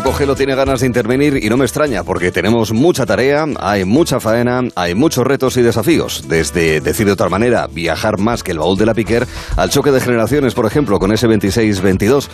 Paco Gelo tiene ganas de intervenir y no me extraña porque tenemos mucha tarea, hay mucha faena, hay muchos retos y desafíos. Desde, decir de otra manera, viajar más que el baúl de la Piquer al choque de generaciones, por ejemplo, con ese 26-22.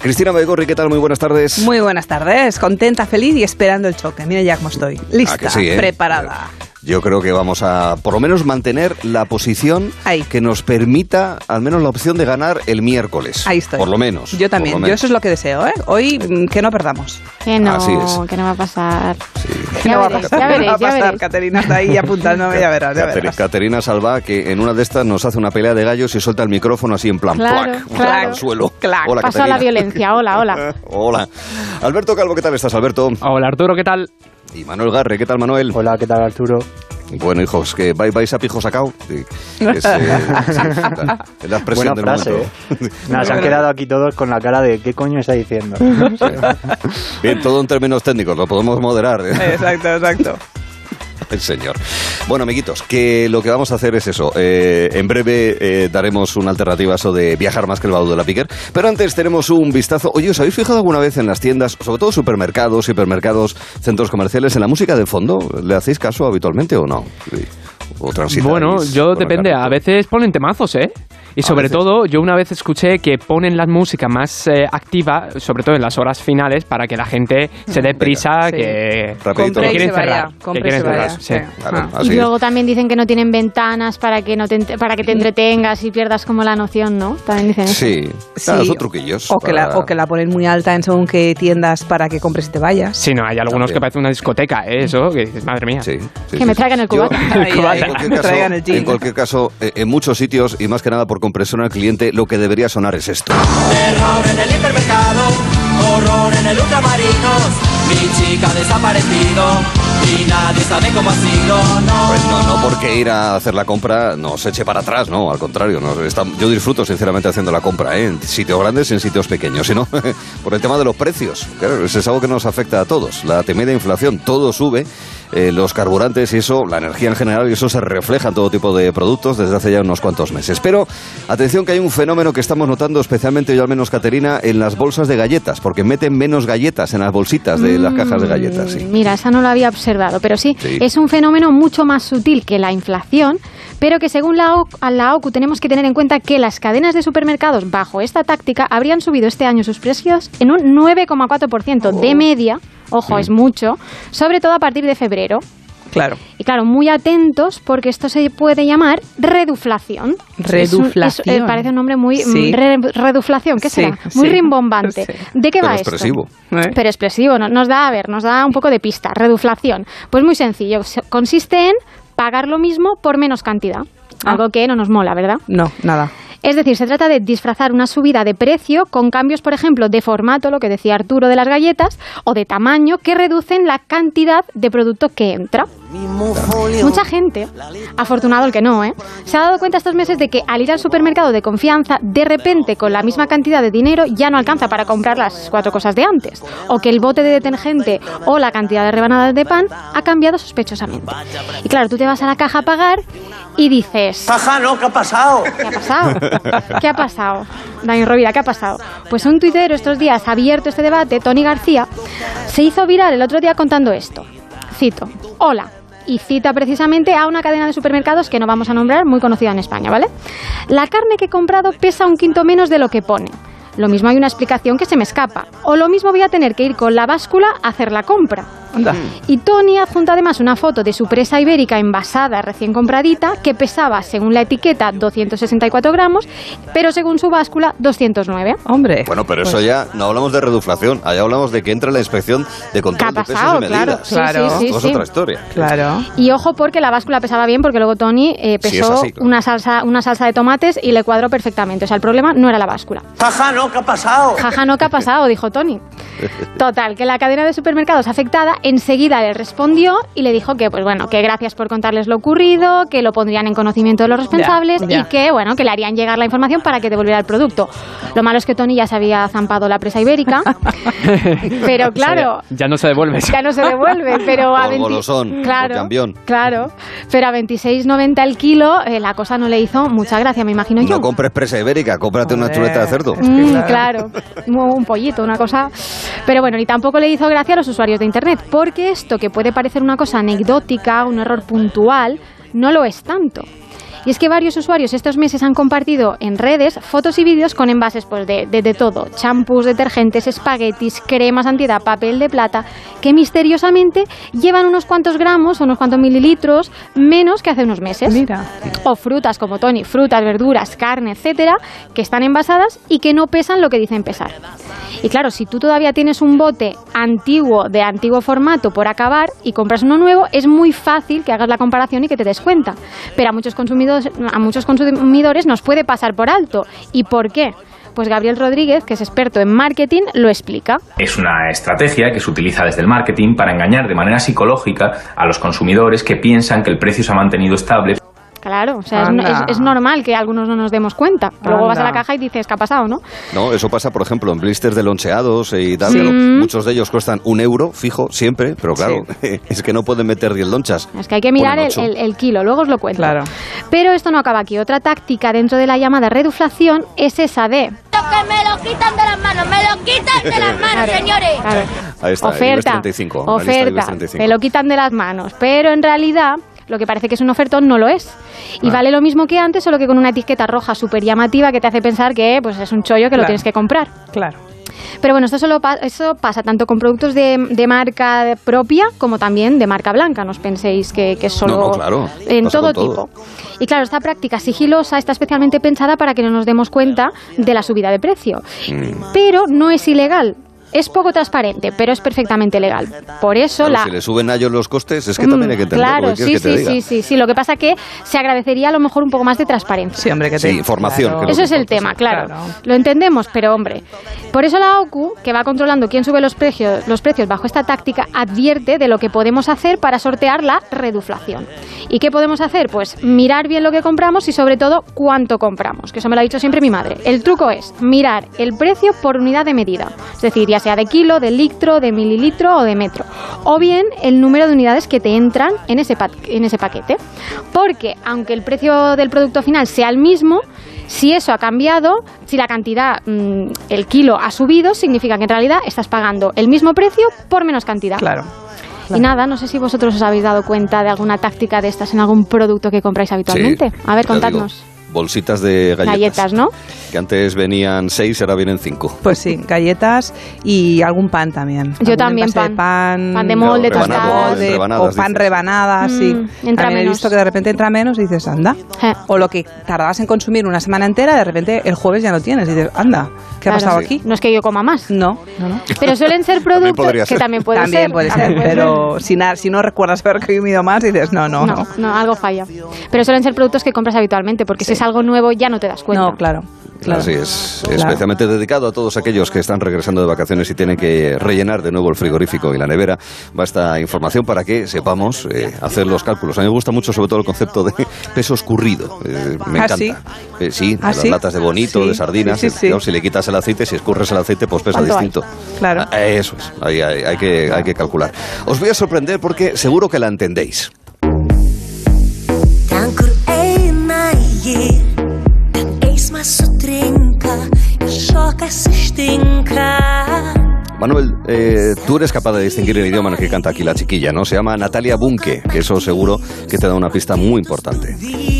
Cristina Baigorri, ¿qué tal? Muy buenas tardes. Muy buenas tardes, contenta, feliz y esperando el choque. Mira ya cómo estoy, lista, ¿A que sí, eh? preparada. Yo creo que vamos a, por lo menos, mantener la posición Ahí. que nos permita, al menos, la opción de ganar el miércoles. Ahí estoy. Por lo menos. Yo también, por lo yo menos. eso es lo que deseo, ¿eh? Hoy mm, que no perdamos. Que no, Así es. que no va a pasar. Sí. Ya no veréis, va a ya pasar, veréis, no va a ya pasar. veréis. Caterina está ahí apuntándome, ya verás, ya verás. Caterina Salva, que en una de estas nos hace una pelea de gallos y suelta el micrófono así en plan Claro, plac, un claro. plac al suelo. Clac. Hola, Paso a Caterina. la violencia. Hola, hola. Hola. Alberto Calvo, ¿qué tal estás, Alberto? Hola Arturo, ¿qué tal? Y Manuel Garre, ¿qué tal, Manuel? Hola, ¿qué tal Arturo? Bueno, hijos, que vais, vais a pijo sacao. Sí, es, eh, sí, es la, es la expresión Buena del frase, momento. ¿eh? Nada, se han quedado aquí todos con la cara de ¿qué coño está diciendo? Bien, todo en términos técnicos, lo podemos moderar. ¿eh? Exacto, exacto. El señor. Bueno, amiguitos, que lo que vamos a hacer es eso. Eh, en breve eh, daremos una alternativa a eso de viajar más que el baúl de la piquer. Pero antes tenemos un vistazo. Oye, ¿os habéis fijado alguna vez en las tiendas, sobre todo supermercados, hipermercados, centros comerciales, en la música de fondo? ¿Le hacéis caso habitualmente o no? ¿O transitáis Bueno, yo con el depende, carrito? a veces ponen temazos, ¿eh? Y A sobre veces. todo, yo una vez escuché que ponen la música más eh, activa, sobre todo en las horas finales, para que la gente se dé prisa, sí. que, Rapidito, que Compre y quieren se vaya. cerrar. que Compre y quieren se vaya. cerrar, sí. Claro, Ah. así y es. luego también dicen que no tienen ventanas para que no te, ent- para que te entretengas y pierdas como la noción, ¿no? También dicen eso. Sí, claro, Sí, son truquillos. O que, la, para- o que la ponen muy alta en según qué tiendas para que compres y te vayas. Sí, no, hay algunos También. que parece una discoteca, ¿eh? Eso, que dices, madre mía. Sí, sí, Que sí, me sí. traigan el Yo- cubata. Ay, en ay, cualquier que caso- traigan el gin. En cualquier caso, eh, en muchos sitios, y más que nada por compresión al cliente, lo que debería sonar es esto. Terror en el hipermercado, horror en el ultramarinos. Mi chica ha desaparecido y nadie sabe cómo ha sido. No, Pues no, no porque ir a hacer la compra nos eche para atrás, no, al contrario. nos está- yo disfruto sinceramente haciendo la compra, ¿eh? en sitios grandes y en sitios pequeños, sino por el tema de los precios. Claro, eso es algo que nos afecta a todos. La temida inflación, todo sube, eh, los carburantes y eso, la energía en general, y eso se refleja en todo tipo de productos desde hace ya unos cuantos meses. Pero atención que hay un fenómeno que estamos notando especialmente, yo al menos, Caterina, en las bolsas de galletas, porque meten menos galletas en las bolsitas de las cajas de galletas. Mm, Sí. Mira, esa no la había observado, pero sí, Sí. es un fenómeno mucho más sutil que la inflación, pero que según la, O- a la OCU tenemos que tener en cuenta que las cadenas de supermercados bajo esta táctica habrían subido este año sus precios en un 9,4% Oh. de media, ojo, es mucho, sobre todo a partir de febrero. Claro. Y claro, muy atentos porque esto se puede llamar reduflación. Es un- es- eh, Reduflación. parece un nombre muy... mm, Sí. re- reduflación, ¿qué Sí, será? Muy sí. rimbombante. Sí. ¿De qué Pero va expresivo. esto? ¿Eh? Pero expresivo, no- nos da, a ver, nos da un poco de pista, reduflación. Pues muy sencillo, se- consiste en pagar lo mismo por menos cantidad. Ah. Algo que no nos mola, ¿verdad? No, nada. Es decir, se trata de disfrazar una subida de precio con cambios, por ejemplo, de formato, lo que decía Arturo de las galletas, o de tamaño, que reducen la cantidad de producto que entra. Mucha gente, afortunado el que no, ¿eh? se ha dado cuenta estos meses de que al ir al supermercado de confianza, de repente con la misma cantidad de dinero ya no alcanza para comprar las cuatro cosas de antes, o que el bote de detergente o la cantidad de rebanadas de pan ha cambiado sospechosamente. Y claro, tú te vas a la caja a pagar y dices... Ajá, no, ¿qué ha pasado? ¿Qué ha pasado? ¿Qué ha pasado? Dani Rovira, ¿qué ha pasado? Pues un tuitero estos días ha abierto este debate, Tony García, se hizo viral el otro día contando esto. Cito, hola. Y cita precisamente a una cadena de supermercados que no vamos a nombrar, muy conocida en España, ¿vale? La carne que he comprado pesa un quinto menos de lo que pone. Lo mismo hay una explicación que se me escapa. O lo mismo voy a tener que ir con la báscula a hacer la compra. Anda. Y Tony adjunta además una foto de su presa ibérica envasada recién compradita que pesaba, según la etiqueta, 264 gramos, pero según su báscula, 209. Hombre. Bueno, pero eso Pues- ya no hablamos de reduflación, allá hablamos de que entra la inspección de ¿Qué control ha de pesos pasado? y Claro. medidas. Sí, Claro. sí, sí, Esto es sí. otra historia. Claro. Y ojo porque la báscula pesaba bien porque luego Tony eh, Sí, es pesó así, claro. una, salsa, una salsa de tomates y le cuadró perfectamente. O sea, el problema no era la báscula. Ajá, no, ¿qué ha pasado? Jaja, no, ¿qué ha pasado? Dijo Tony. Total, que la cadena de supermercados afectada enseguida le respondió y le dijo que, pues bueno, que gracias por contarles lo ocurrido, que lo pondrían en conocimiento de los responsables Ya, ya. y que, bueno, que le harían llegar la información para que devolviera el producto. Lo malo es que Tony ya se había zampado la presa ibérica, pero claro, Ya no se devuelve eso. ya no se devuelve, pero a Por 20 golosón, por claro, campeón. claro, pero a 26.90 el kilo eh, la cosa no le hizo mucha gracia, me imagino yo. No compres presa ibérica, cómprate una Joder. chuleta de cerdo. Es que Mm, claro, claro. Mu- un pollito, una cosa. Pero bueno, ni tampoco le hizo gracia a los usuarios de Internet, porque esto que puede parecer una cosa anecdótica, un error puntual, no lo es tanto. Y es que varios usuarios estos meses han compartido en redes fotos y vídeos con envases pues, de, de- de todo, champús, detergentes, espaguetis, cremas antiedad, papel de plata, que misteriosamente llevan unos cuantos gramos, unos cuantos mililitros menos que hace unos meses Mira. o frutas como Tony, frutas, verduras, carne, etcétera, que están envasadas y que no pesan lo que dicen pesar. Y claro, si tú todavía tienes un bote antiguo de antiguo formato por acabar y compras uno nuevo, es muy fácil que hagas la comparación y que te des cuenta. Pero a muchos consumidores, a muchos consumidores nos puede pasar por alto. ¿Y por qué? Pues Gabriel Rodríguez, que es experto en marketing, lo explica. Es una estrategia que se utiliza desde el marketing para engañar de manera psicológica a los consumidores que piensan que el precio se ha mantenido estable. Claro, o sea, es, Anda. es- es normal que algunos no nos demos cuenta. Pero luego vas a la Anda. caja y dices, ¿qué ha pasado, no? No, eso pasa, por ejemplo, en blisters de loncheados y tal. Sí. pero Muchos de ellos cuestan un euro, fijo, siempre, pero claro, es que no pueden meter 10 lonchas. Es que hay que mirar Ponen el, ocho. el- el kilo, luego os lo cuento. Claro. Pero esto no acaba aquí. Otra táctica dentro de la llamada reduflación es esa de Lo que me lo quitan de las manos, me lo quitan de las manos, señores. claro, Ahí está, el IBEX oferta, 35, la lista del IBEX oferta, 35. te lo quitan de las manos, pero en realidad lo que parece que es un ofertón no lo es. Ah. Y vale lo mismo que antes, solo que con una etiqueta roja súper llamativa que te hace pensar que pues, es un chollo que lo Claro. tienes que comprar. Claro. Pero bueno, esto solo pa- eso pasa tanto con productos de, de marca propia como también de marca blanca. No os penséis que, que es solo No, no, claro. en Pasa todo, con todo. tipo. Y claro, esta práctica sigilosa está especialmente pensada para que no nos demos cuenta de la subida de precio. Mm. Pero no es ilegal. Es poco transparente, pero es perfectamente legal. Por eso Claro, la, Si le suben a ellos los costes, es que también hay que entender Mm, claro, lo que sí, quieres sí, que te diga. sí, sí, sí. Lo que pasa que se agradecería a lo mejor un poco más de transparencia. Sí, hombre, que Sí, te. información, que Eso es el importa, tema, sí. claro. Claro. Lo entendemos, pero hombre. Por eso la OCU, que va controlando quién sube los precios, los precios bajo esta táctica, advierte de lo que podemos hacer para sortear la reduflación. ¿Y qué podemos hacer? Pues mirar bien lo que compramos y sobre todo cuánto compramos, que eso me lo ha dicho siempre mi madre. El truco es mirar el precio por unidad de medida, es decir, ya sea de kilo, de litro, de mililitro o de metro, o bien el número de unidades que te entran en ese, pa- en ese paquete. Porque aunque el precio del producto final sea el mismo, si eso ha cambiado, si la cantidad, mm, el kilo ha subido, significa que en realidad estás pagando el mismo precio por menos cantidad. Claro. Y nada, no sé si vosotros os habéis dado cuenta de alguna táctica de estas en algún producto que compráis habitualmente. Sí, A ver, ya contadnos. digo, bolsitas de galletas. Galletas, ¿no? Que antes venían seis, ahora vienen cinco. Pues sí, galletas y algún pan también. Yo Algún también, envase de pan. pan. Pan de molde, pan de tostadas. molde, Rebanadas, o pan dices. rebanada, sí. Mm, entra También he menos. visto que de repente entra menos y dices, anda. Eh. O lo que tardabas en consumir una semana entera, de repente el jueves ya no tienes. Y dices, anda, ¿qué ha Claro. pasado Sí. aquí? No es que yo coma más. No, no, no. Pero suelen ser También productos podría que ser. también pueden También ser. puede ser, también puede pero si, na- si no recuerdas haber comido más, dices, no, no, no. No, no, algo falla. Pero suelen ser productos que compras habitualmente, porque si es algo nuevo ya no te das cuenta. No, claro. claro. Así es. Claro. Especialmente dedicado a todos aquellos que están regresando de vacaciones y tienen que rellenar de nuevo el frigorífico y la nevera. Va esta información para que sepamos eh, hacer los cálculos. A mí me gusta mucho, sobre todo, el concepto de peso escurrido. Eh, me ¿Ah, encanta. sí? Eh, sí, ¿Ah, de las sí? latas de bonito, Sí, de sardinas. sí, sí, sí. claro, si le quitas el aceite, si escurres el aceite, pues pesa ¿Cuánto hay? distinto. Claro. Ah, Eso es. Ahí hay, hay que, hay que calcular. Os voy a sorprender porque seguro que la entendéis. Dan kur eina ji, ten eismas sutrinka ir šokas ištinka. Manuel, eh, tú eres capaz de distinguir el idioma en el que canta aquí la chiquilla, ¿no? Se llama Natalia Bunke, que eso seguro que te da una pista muy importante.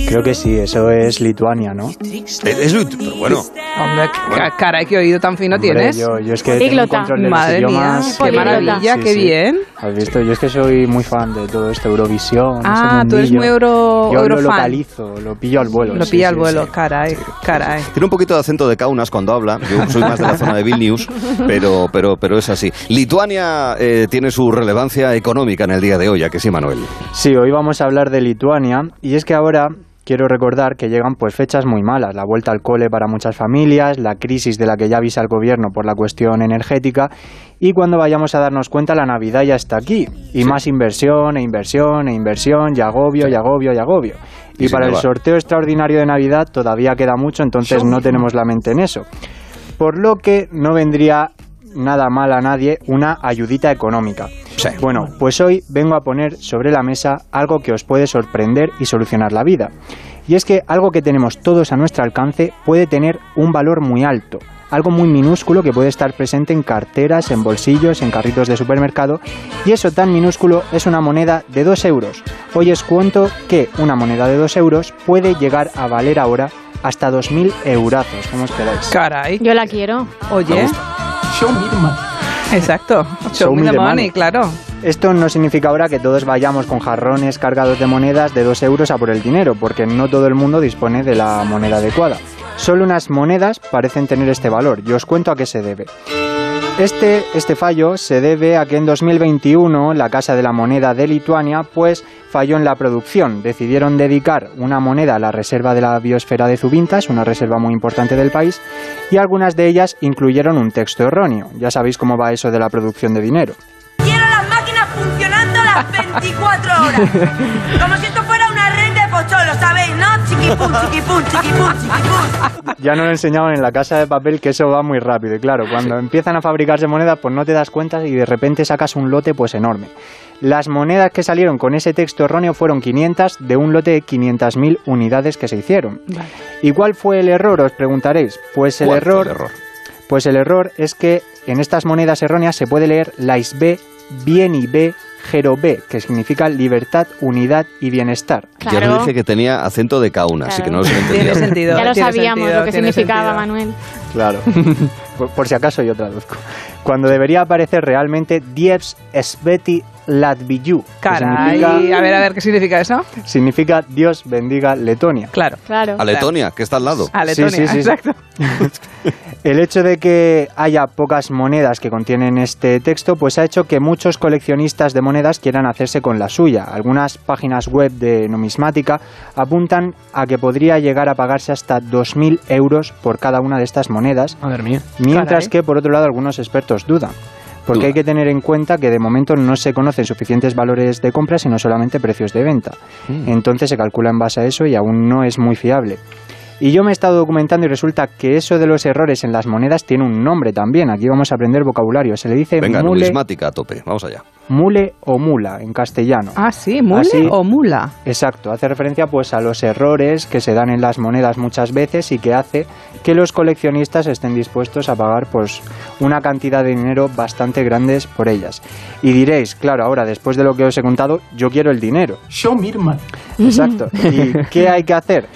Creo que sí, eso es Lituania, ¿no? Es, es lut- pero bueno, Hombre, ca- caray, qué oído tan fino Ah, Hombre, tienes. yo, yo es que tengo un Políglota. control de los Madre mía, idiomas, qué eh, maravilla, qué bien. Has visto, yo es que soy muy fan de todo esto, Eurovisión. Ah, ese tú eres mundillo. muy euro- Yo lo eurofan. localizo, lo pillo al vuelo. Lo sí, pilla sí, al vuelo, sí. caray, caray. tiene un poquito de acento de Kaunas cuando habla. Yo soy más de la zona de Vilnius, pero, pero, pero es así. Lituania eh, tiene su relevancia económica en el día de hoy, ¿a que sí, Manuel? Sí, hoy vamos a hablar de Lituania y es que ahora quiero recordar que llegan pues fechas muy malas, la vuelta al cole para muchas familias, la crisis de la que ya avisa el gobierno por la cuestión energética y cuando vayamos a darnos cuenta la Navidad ya está aquí y más inversión e inversión e inversión y agobio y agobio y agobio. Y Y se para me el va. sorteo extraordinario de Navidad todavía queda mucho, entonces no tenemos la mente en eso. Por lo que no vendría nada mal a nadie una ayudita económica. Sí. Bueno, pues hoy vengo a poner sobre la mesa algo que os puede sorprender y solucionar la vida. Y es que algo que tenemos todos a nuestro alcance puede tener un valor muy alto. Algo muy minúsculo que puede estar presente en carteras, en bolsillos, en carritos de supermercado. Y eso tan minúsculo es una moneda de 2 euros. Hoy os cuento que una moneda de 2 euros puede llegar a valer ahora hasta 2.000 eurazos. ¿Cómo os quedáis? Caray. Yo la quiero. Oye. Exacto. Show me the money, claro. Esto no significa ahora que todos vayamos con jarrones cargados de monedas de 2 euros a por el dinero, porque no todo el mundo dispone de la moneda adecuada. Solo unas monedas parecen tener este valor, y os cuento a qué se debe. Este, este fallo se debe a que en 2021 la Casa de la Moneda de Lituania pues falló en la producción. Decidieron dedicar una moneda a la reserva de la biosfera de Zubintas, una reserva muy importante del país, y algunas de ellas incluyeron un texto erróneo. Ya sabéis cómo va eso de la producción de dinero. Quiero las máquinas funcionando las 24 horas. Como si esto fuera una red de pocholos, ¿sabéis? ¿No? Chiquipum, chiquipum, chiquipum, chiquipum. Ya no lo enseñaban en la casa de papel que eso va muy rápido. Y claro, cuando empiezan a fabricarse monedas, pues no te das cuenta y de repente sacas un lote pues enorme. Las monedas que salieron con ese texto erróneo fueron 500 de un lote de 500.000 unidades que se hicieron. ¿Y cuál fue el error? Os preguntaréis. Pues el Cuarto error, de error. pues el error es que en estas monedas erróneas se puede leer Lais B, Bien y B, Gero B, que significa libertad, unidad y bienestar. Ya Claro. os dije que tenía acento de cauna, así que no Claro. lo entendía. Tiene sentido. Ya lo tiene sabíamos sentido, lo que tiene significaba, sentido. Manuel. Claro. por, por si acaso yo traduzco. Cuando debería aparecer realmente Dieps Sveti Latviyu. que Caray. A ver, a ver, ¿qué significa eso? Significa, significa Dios bendiga Letonia. Claro. Claro. A Letonia, que está al lado. A Sí, Letonia, sí, sí. exacto. El hecho de que haya pocas monedas que contienen este texto, pues ha hecho que muchos coleccionistas de monedas quieran hacerse con la suya. Algunas páginas web de numismática apuntan a que podría llegar a pagarse hasta 2.000 euros por cada una de estas monedas, Madre mía. Mientras Caray. ¿eh? que, por otro lado, algunos expertos dudan. Porque Duda. hay que tener en cuenta que de momento no se conocen suficientes valores de compra, sino solamente precios de venta. Entonces se calcula en base a eso y aún no es muy fiable. Y yo me he estado documentando y resulta que eso de los errores en las monedas tiene un nombre también. Aquí vamos a aprender vocabulario. Se le dice Venga, eh, mule, numismática a tope. Vamos allá. mule o mula en castellano. Ah, sí, mule Así. o mula. Exacto, hace referencia pues a los errores que se dan en las monedas muchas veces y que hace que los coleccionistas estén dispuestos a pagar pues una cantidad de dinero bastante grandes por ellas. Y diréis, claro, ahora después de lo que os he contado, yo quiero el dinero. Exacto. ¿Y qué hay que hacer?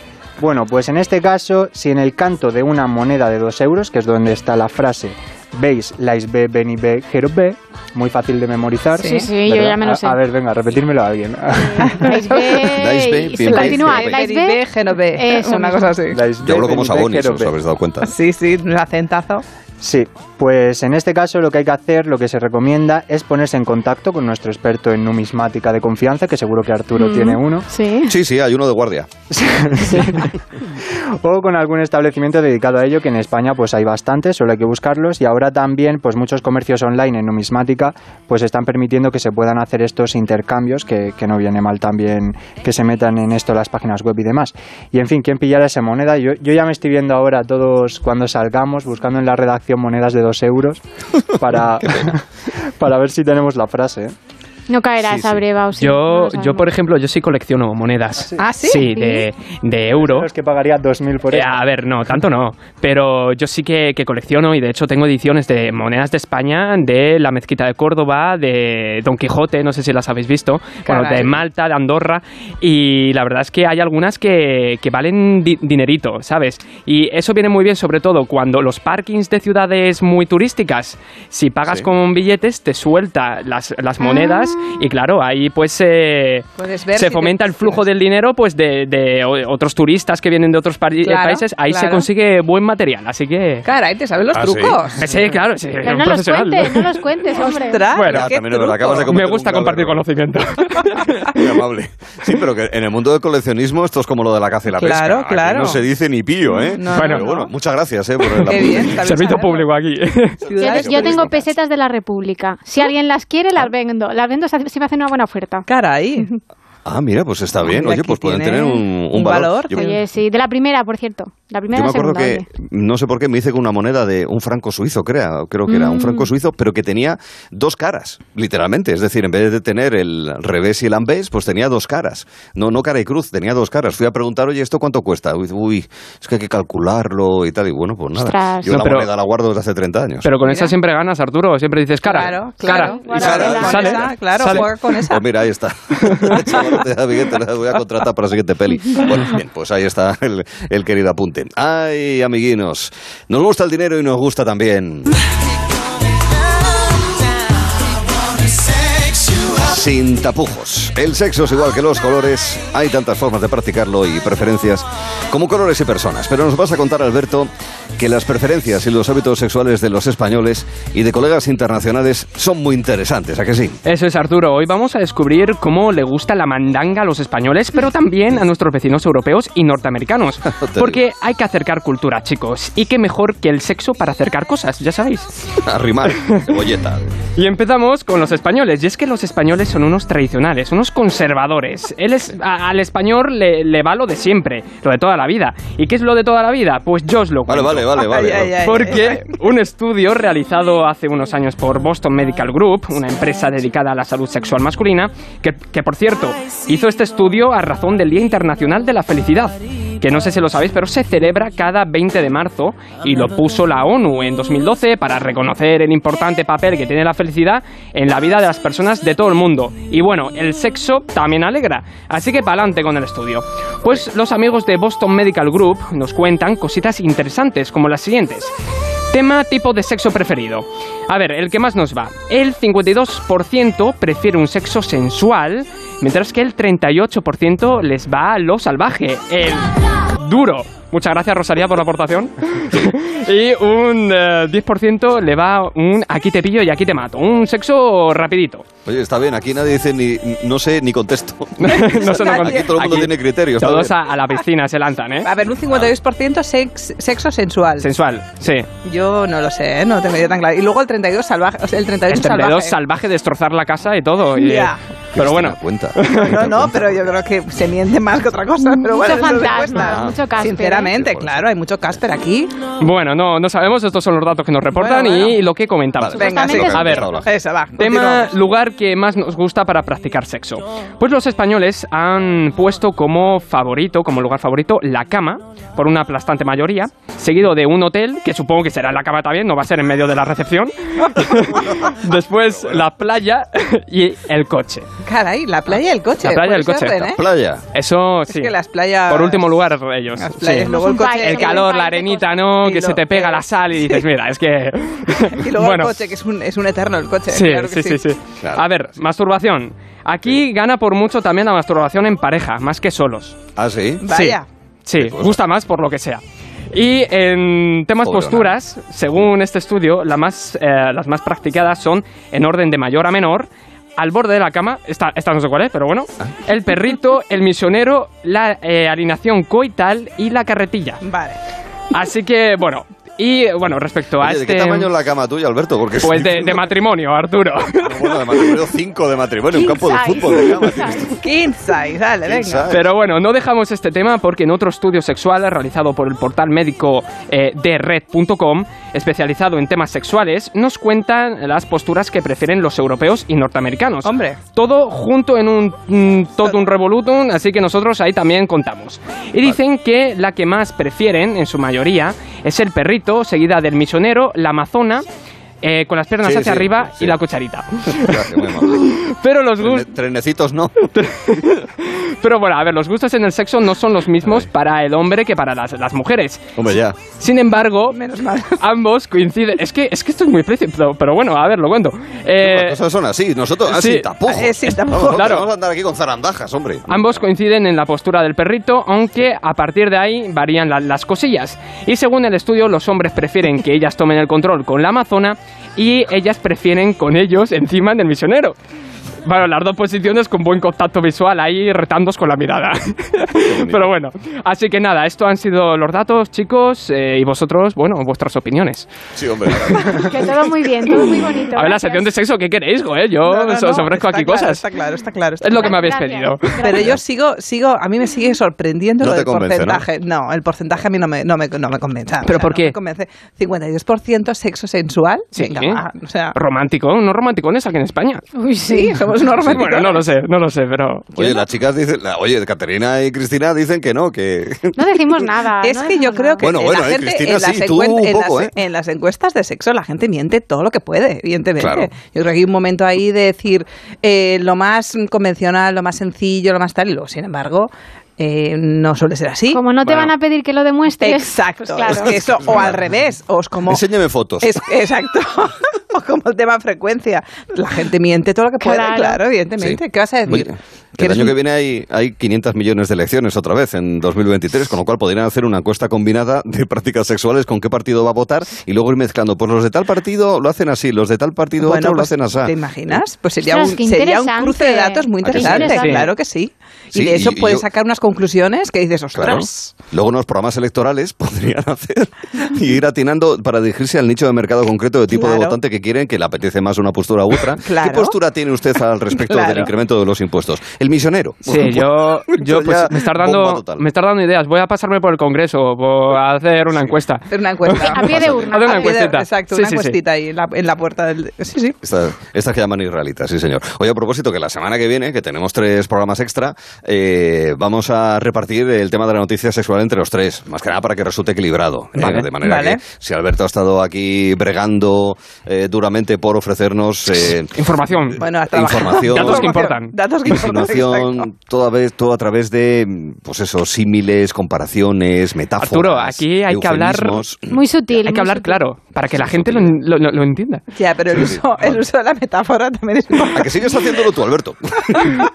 Bueno, pues en este caso, si en el canto de una moneda de 2 euros, que es donde está la frase, veis lais B, beni B, gero B, muy fácil de memorizar. Sí, sí, yo ¿verdad? ya me lo A- sé. A, ver, venga, repetírmelo a alguien. Lais Lais B, B. y se bien, Continúa. bien, Lais B, B. Genove. Eso Una mismo. cosa así. Lais B, Yo hablo como beni B, Sabonis, gero os B. habéis dado cuenta. Sí, sí, un acentazo. Sí, pues en este caso lo que hay que hacer, lo que se recomienda es ponerse en contacto con nuestro experto en numismática de confianza, que seguro que Arturo tiene uno, Sí. Sí, sí, hay uno de guardia. o con algún establecimiento dedicado a ello, que en España pues hay bastantes, solo hay que buscarlos y ahora también pues muchos comercios online en numismática pues están permitiendo que se puedan hacer estos intercambios, que, que no viene mal también que se metan en esto las páginas web y demás. Y en fin, ¿quién pillara esa moneda? Yo, yo ya me estoy viendo ahora a todos cuando salgamos buscando en la redacción monedas de dos euros para, para ver si tenemos la frase. ¿eh? No caerá esa breva o Pues sí. no Yo, lo yo, sabemos. por ejemplo, yo sí colecciono monedas. ¿Ah, sí? de, de euro. Los que pagaría 2.000 por Eh, ella. a ver, no, tanto no. Pero yo sí que, que colecciono y de hecho tengo ediciones de monedas de España, de la Mezquita de Córdoba, de Don Quijote, no sé si las habéis visto, bueno, Caray. de Malta, de Andorra. Y la verdad es que hay algunas que, que valen di- dinerito, ¿sabes? Y eso viene muy bien, sobre todo cuando los parkings de ciudades muy turísticas, si pagas Sí. con billetes, te suelta las, las monedas Y claro, ahí pues eh, Puedes ver se si te fomenta el flujo del dinero pues de, de o- otros turistas que vienen de otros pari- Claro, países. Ahí se claro. consigue buen material, así que... Eh, Caray, te saben los Ah, sí. trucos. Sí, claro, sí, Pero un no los profesional. cuentes, no los cuentes, hombre. Ostras, Bueno, Ah, qué también es verdad, truco. acabas de Me cometer gusta un grave compartir error. conocimiento. Muy amable. Sí, pero que en el mundo del coleccionismo esto es como lo de la caza y la pesca. Claro, Aquí claro. No se dice ni pío, ¿eh? No, Pero no, bueno, no. muchas gracias, ¿eh? Por el Qué apunte. bien, también Servicio saberlo. público aquí. Yo, Ciudades te- yo tengo turísticas. pesetas de la República. Si alguien las quiere, Ah. las vendo. Las vendo si si me hacen una buena oferta. Caray. Ah, mira, pues está bien. Hombre, Oye, pues aquí pueden tiene tener un, un valor. Yo, Oye, sí, de la primera, por cierto. La primera yo me o acuerdo segunda, que, oye. no sé por qué, me hice con una moneda de un franco suizo, creo, creo que era un Mm. franco suizo, pero que tenía dos caras, literalmente. Es decir, en vez de tener el revés y el ambés, pues tenía dos caras. No, no cara y cruz, tenía dos caras. Fui a preguntar, oye, ¿esto cuánto cuesta? Uy, uy, es que hay que calcularlo y tal. Y bueno, pues nada. Ostras. Yo No, la pero- moneda la guardo desde hace 30 años. Pero con Mira. esa siempre ganas, Arturo. Siempre dices cara. Claro, cara. claro. Y Claro, sale, con sale, esa, claro, sale. juega con esa. Pues mira, ahí está. Chavalote, ya, amiguete, la voy a contratar para la siguiente peli. Bueno, bien, pues ahí está el, el querido apunte. Ay, amiguinos, nos gusta el dinero y nos gusta también. Sin tapujos. El sexo es igual que los colores. Hay tantas formas de practicarlo y preferencias como colores y personas. Pero nos vas a contar, Alberto, que las preferencias y los hábitos sexuales de los españoles y de colegas internacionales son muy interesantes, ¿a que sí? Eso es Arturo, hoy vamos a descubrir cómo le gusta la mandanga a los españoles, pero también a nuestros vecinos europeos y norteamericanos. digo. Porque hay que acercar cultura, chicos, y qué mejor que el sexo para acercar cosas, ya sabéis. Arrimar, cebolleta. Y empezamos con los españoles, y es que los españoles son unos tradicionales, unos conservadores. Él es, a- al español le, le va lo de siempre, lo de toda la vida. ¿Y qué es lo de toda la vida? Pues yo os lo Vale, cuento. vale, vale, vale. Ay, ay, ay. Porque un estudio realizado hace unos años por Boston Medical Group, una empresa dedicada a la salud sexual masculina, que, que, por cierto hizo este estudio a razón del Día Internacional de la Felicidad, que no sé si lo sabéis, pero se celebra cada 20 de marzo y lo puso la ONU en 2012 para reconocer el importante papel que tiene la felicidad en la vida de las personas de todo el mundo. Y bueno, el sexo también alegra, así que pa'lante con el estudio. Pues los amigos de Boston Medical Group nos cuentan cositas interesantes como las siguientes. Tema tipo de sexo preferido. A ver, el que más nos va. El 52% prefiere un sexo sensual, mientras que el 38% les va a lo salvaje, el duro. Muchas gracias Rosalía por la aportación. y un eh, 10% le va un aquí te pillo y aquí te mato. Un sexo rapidito. Oye, está bien, aquí nadie dice ni, no sé, ni contesto. No se lo Aquí conté. todo el mundo tiene criterio, está Todos bien. a, a la piscina se lanzan, ¿eh? A ver, un 52% sex- sexo sensual. Sensual, sí. Yo no lo sé, ¿eh? no tengo idea tan claro. Y luego el 32 salvaje, o sea, el 38 El 32 salvaje. salvaje, destrozar la casa y todo. y- Ya. Pero bueno, Cristina, Cuenta. No, no, no, pero yo creo que se miente más que otra cosa. Pero bueno, eso mucho es lo que fantasma, cuesta. mucho ¿eh? casper. Sinceramente, Sí, por eso. claro, hay mucho Casper aquí. Bueno, no, no sabemos, estos son los datos que nos reportan Bueno, bueno. y lo que comentamos. Vale, Venga, justamente sí. eso. A ver, Empezado la- Eso, va. Tema, continuamos. lugar que más nos gusta para practicar sexo. Pues los españoles han puesto como favorito, como lugar favorito, la cama, por una aplastante mayoría, seguido de un hotel, que supongo que será en la cama también, no va a ser en medio de la recepción. Después la playa y el coche. Caray, la playa y el coche. La playa y el por ese coche. orden, ¿eh? Playa. Eso Es sí. que las playas- Por último lugar, ellos. Las sí. playas, luego el Somos un coche. país El calor, la arenita, ¿no? Y Que lo- se te pega la sal y dices, mira, es que... Y luego Bueno. el coche, que es un, es un eterno el coche. Sí, claro que sí, sí, sí. Claro. A ver, masturbación. Aquí gana por mucho también la masturbación en pareja, más que solos. Ah, sí. Vaya. Sí, Qué cosa. gusta más por lo que sea. Y en temas pues Joder, posturas, según este estudio, la más, eh, las más practicadas son en orden de mayor a menor, al borde de la cama, esta, esta no sé cuál es, pero bueno, Ah. el perrito, el misionero, la eh, alineación coital y la carretilla. Vale. Así que, bueno, y bueno, respecto a Oye, ¿De este... qué tamaño es la cama tuya, Alberto? Porque Pues de, de matrimonio, Arturo. Bueno, de matrimonio, cinco de matrimonio, un campo de King fútbol este de cama. tienes tú. 15, y dale, ¿Quién venga. sabe? Pero bueno, no dejamos este tema porque en otro estudio sexual realizado por el portal médico eh, de red.com, especializado en temas sexuales, nos cuentan las posturas que prefieren los europeos y norteamericanos. Hombre. Todo junto en un mm, totum revolutum, así que nosotros ahí también contamos. Y dicen que la que más prefieren, en su mayoría, es el perrito, seguida del misionero, la amazona, eh, con las piernas Sí, hacia sí, arriba sí. y la cucharita. Gracias, muy amable. Pero los Trene- gustos... Trenecitos no. Pero bueno, a ver, los gustos en el sexo no son los mismos para el hombre que para las, las mujeres. Hombre, ya. Sin embargo, Menos mal. ambos coinciden. Es que, es que esto es muy precioso, pero, pero bueno, a ver, lo cuento. Eh, Las cosas son así. Nosotros, así, sí. tapujos. Eh, sí, tapujos. Vamos, hombre, Claro. Vamos a andar aquí con zarandajas, hombre. Ambos coinciden en la postura del perrito, aunque a partir de ahí varían la- las cosillas. Y según el estudio, los hombres prefieren que ellas tomen el control con la amazona y ellas prefieren con ellos encima del misionero. Bueno, las dos posiciones con buen contacto visual, ahí retandos con la mirada. Pero bueno, así que nada, esto han sido los datos, chicos, eh, y vosotros, bueno, vuestras opiniones. Sí, hombre. Que todo muy bien, todo muy bonito. A ver, la gracias. sección de sexo, ¿qué queréis, joder? Yo No, no, os no, os está ofrezco aquí claro, cosas. Está claro, está claro. está Es lo que claro. me habéis Gracias. pedido. Pero yo sigo, sigo, a mí me sigue sorprendiendo No lo te del convence, ¿no? porcentaje. ¿no? el porcentaje a mí no me, no me, no me convence. O ¿Pero por no qué? me convence. 52% sexo sensual. Sí. Venga, va, o sea, Romántico, no romanticones aquí en España. Uy, sí. somos unos románticos. Bueno, no lo sé, no lo sé, pero. Oye, las chicas dicen. la- oye, Caterina y Cristina dicen que no, que. No decimos nada. Es Ah, no que yo decimos creo que Bueno, la bueno, eh, gente Cristina, en, las sí, tú encuen- un en las- poco, eh. en las encuestas de sexo la gente miente todo lo que puede, evidentemente. Claro. Yo creo que hay un momento ahí de decir eh, lo más convencional, lo más sencillo, lo más tal, y luego, sin embargo, eh, no suele ser así. nada. Como no te Bueno. van a pedir que lo demuestres. Exacto, pues claro. es que eso, o al revés, o es como... Enséñame fotos. Es- exacto, o como el tema frecuencia. La gente miente todo lo que puede, Claro. claro, evidentemente. Sí. ¿Qué vas a decir? Oye, Que el eres año un- que viene hay, hay 500 millones de elecciones otra vez en 2023, con lo cual podrían hacer una encuesta combinada de prácticas sexuales con qué partido va a votar y luego ir mezclando. Pues los de tal partido lo hacen así, los de tal partido Bueno, otro pues, lo hacen así. ¿Te imaginas? Pues sería, Ostras, qué un, sería un cruce de interesante. datos muy ¿A que sí? interesante, Sí. claro que sí. Sí, y de eso y- y puedes yo- sacar unas conclusiones que dices, Claro. ostras. Luego unos programas electorales podrían hacer y ir atinando para dirigirse al nicho de mercado concreto de tipo de Claro. votante que quieren, que le apetece más una postura u otra. Claro. ¿Qué postura tiene usted al respecto Claro. del incremento de los impuestos? El misionero. Sí, yo, yo Eso pues, ya, me estás bomba dando, total. me estás dando ideas. Voy a pasarme por el Congreso por a hacer una encuesta. Hacer una encuesta. A pie de urna. Hacer una A pie de- encuestita. Exacto, Sí, una sí, sí. encuestita ahí en la, en la puerta del. Sí, sí. Estas, estas que llaman israelitas, sí señor. Oye, a propósito, que la semana que viene, que tenemos tres programas extra, eh, vamos a repartir el tema de la noticia sexual entre los tres, más que nada para que resulte equilibrado. ¿eh? Vale. de manera Vale. que si Alberto ha estado aquí bregando eh, duramente por ofrecernos eh, Información. Bueno, hasta Información. Datos que importan. Datos que importan. exacto. insinuación, toda vez, todo a través de, mm, pues eso, símiles, comparaciones, metáforas. Arturo, aquí hay que hablar- eufemismos. Muy sutil. Hay que muy hablar sutil. claro, para que la gente lo, lo- lo- lo entienda. Ya, pero el Sí, sí, uso, el vale. uso de la metáfora también es ¿A que sigues haciéndolo tú, Alberto? No,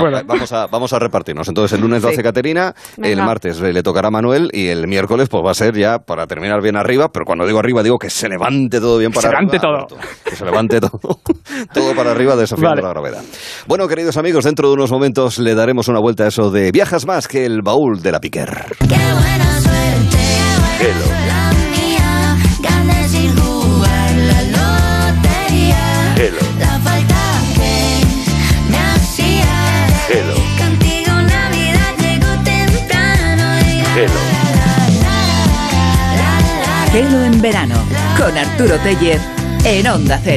Bueno. eh, vamos, a, vamos a repartirnos. Entonces, el lunes lo Sí. hace Caterina, el Venga. martes eh, le tocará a Manuel y el miércoles pues va a ser ya para terminar bien arriba, pero cuando digo arriba digo que se levante todo bien para se levante arriba, todo. Alberto. Que se levante todo. todo para arriba desafiando Vale. la gravedad. Bueno, queridos amigos, dentro de unos momentos le daremos una vuelta a eso de viajas más que el baúl de la piquer. Qué buena suerte, qué buena Hello. suerte la mía. Gané sin jugar la lotería. La falta que me hacía. Contigo Navidad llegó temprano. y la, la, la, la, la, la, la. Pelo en verano con Arturo Tellez en Onda Cero.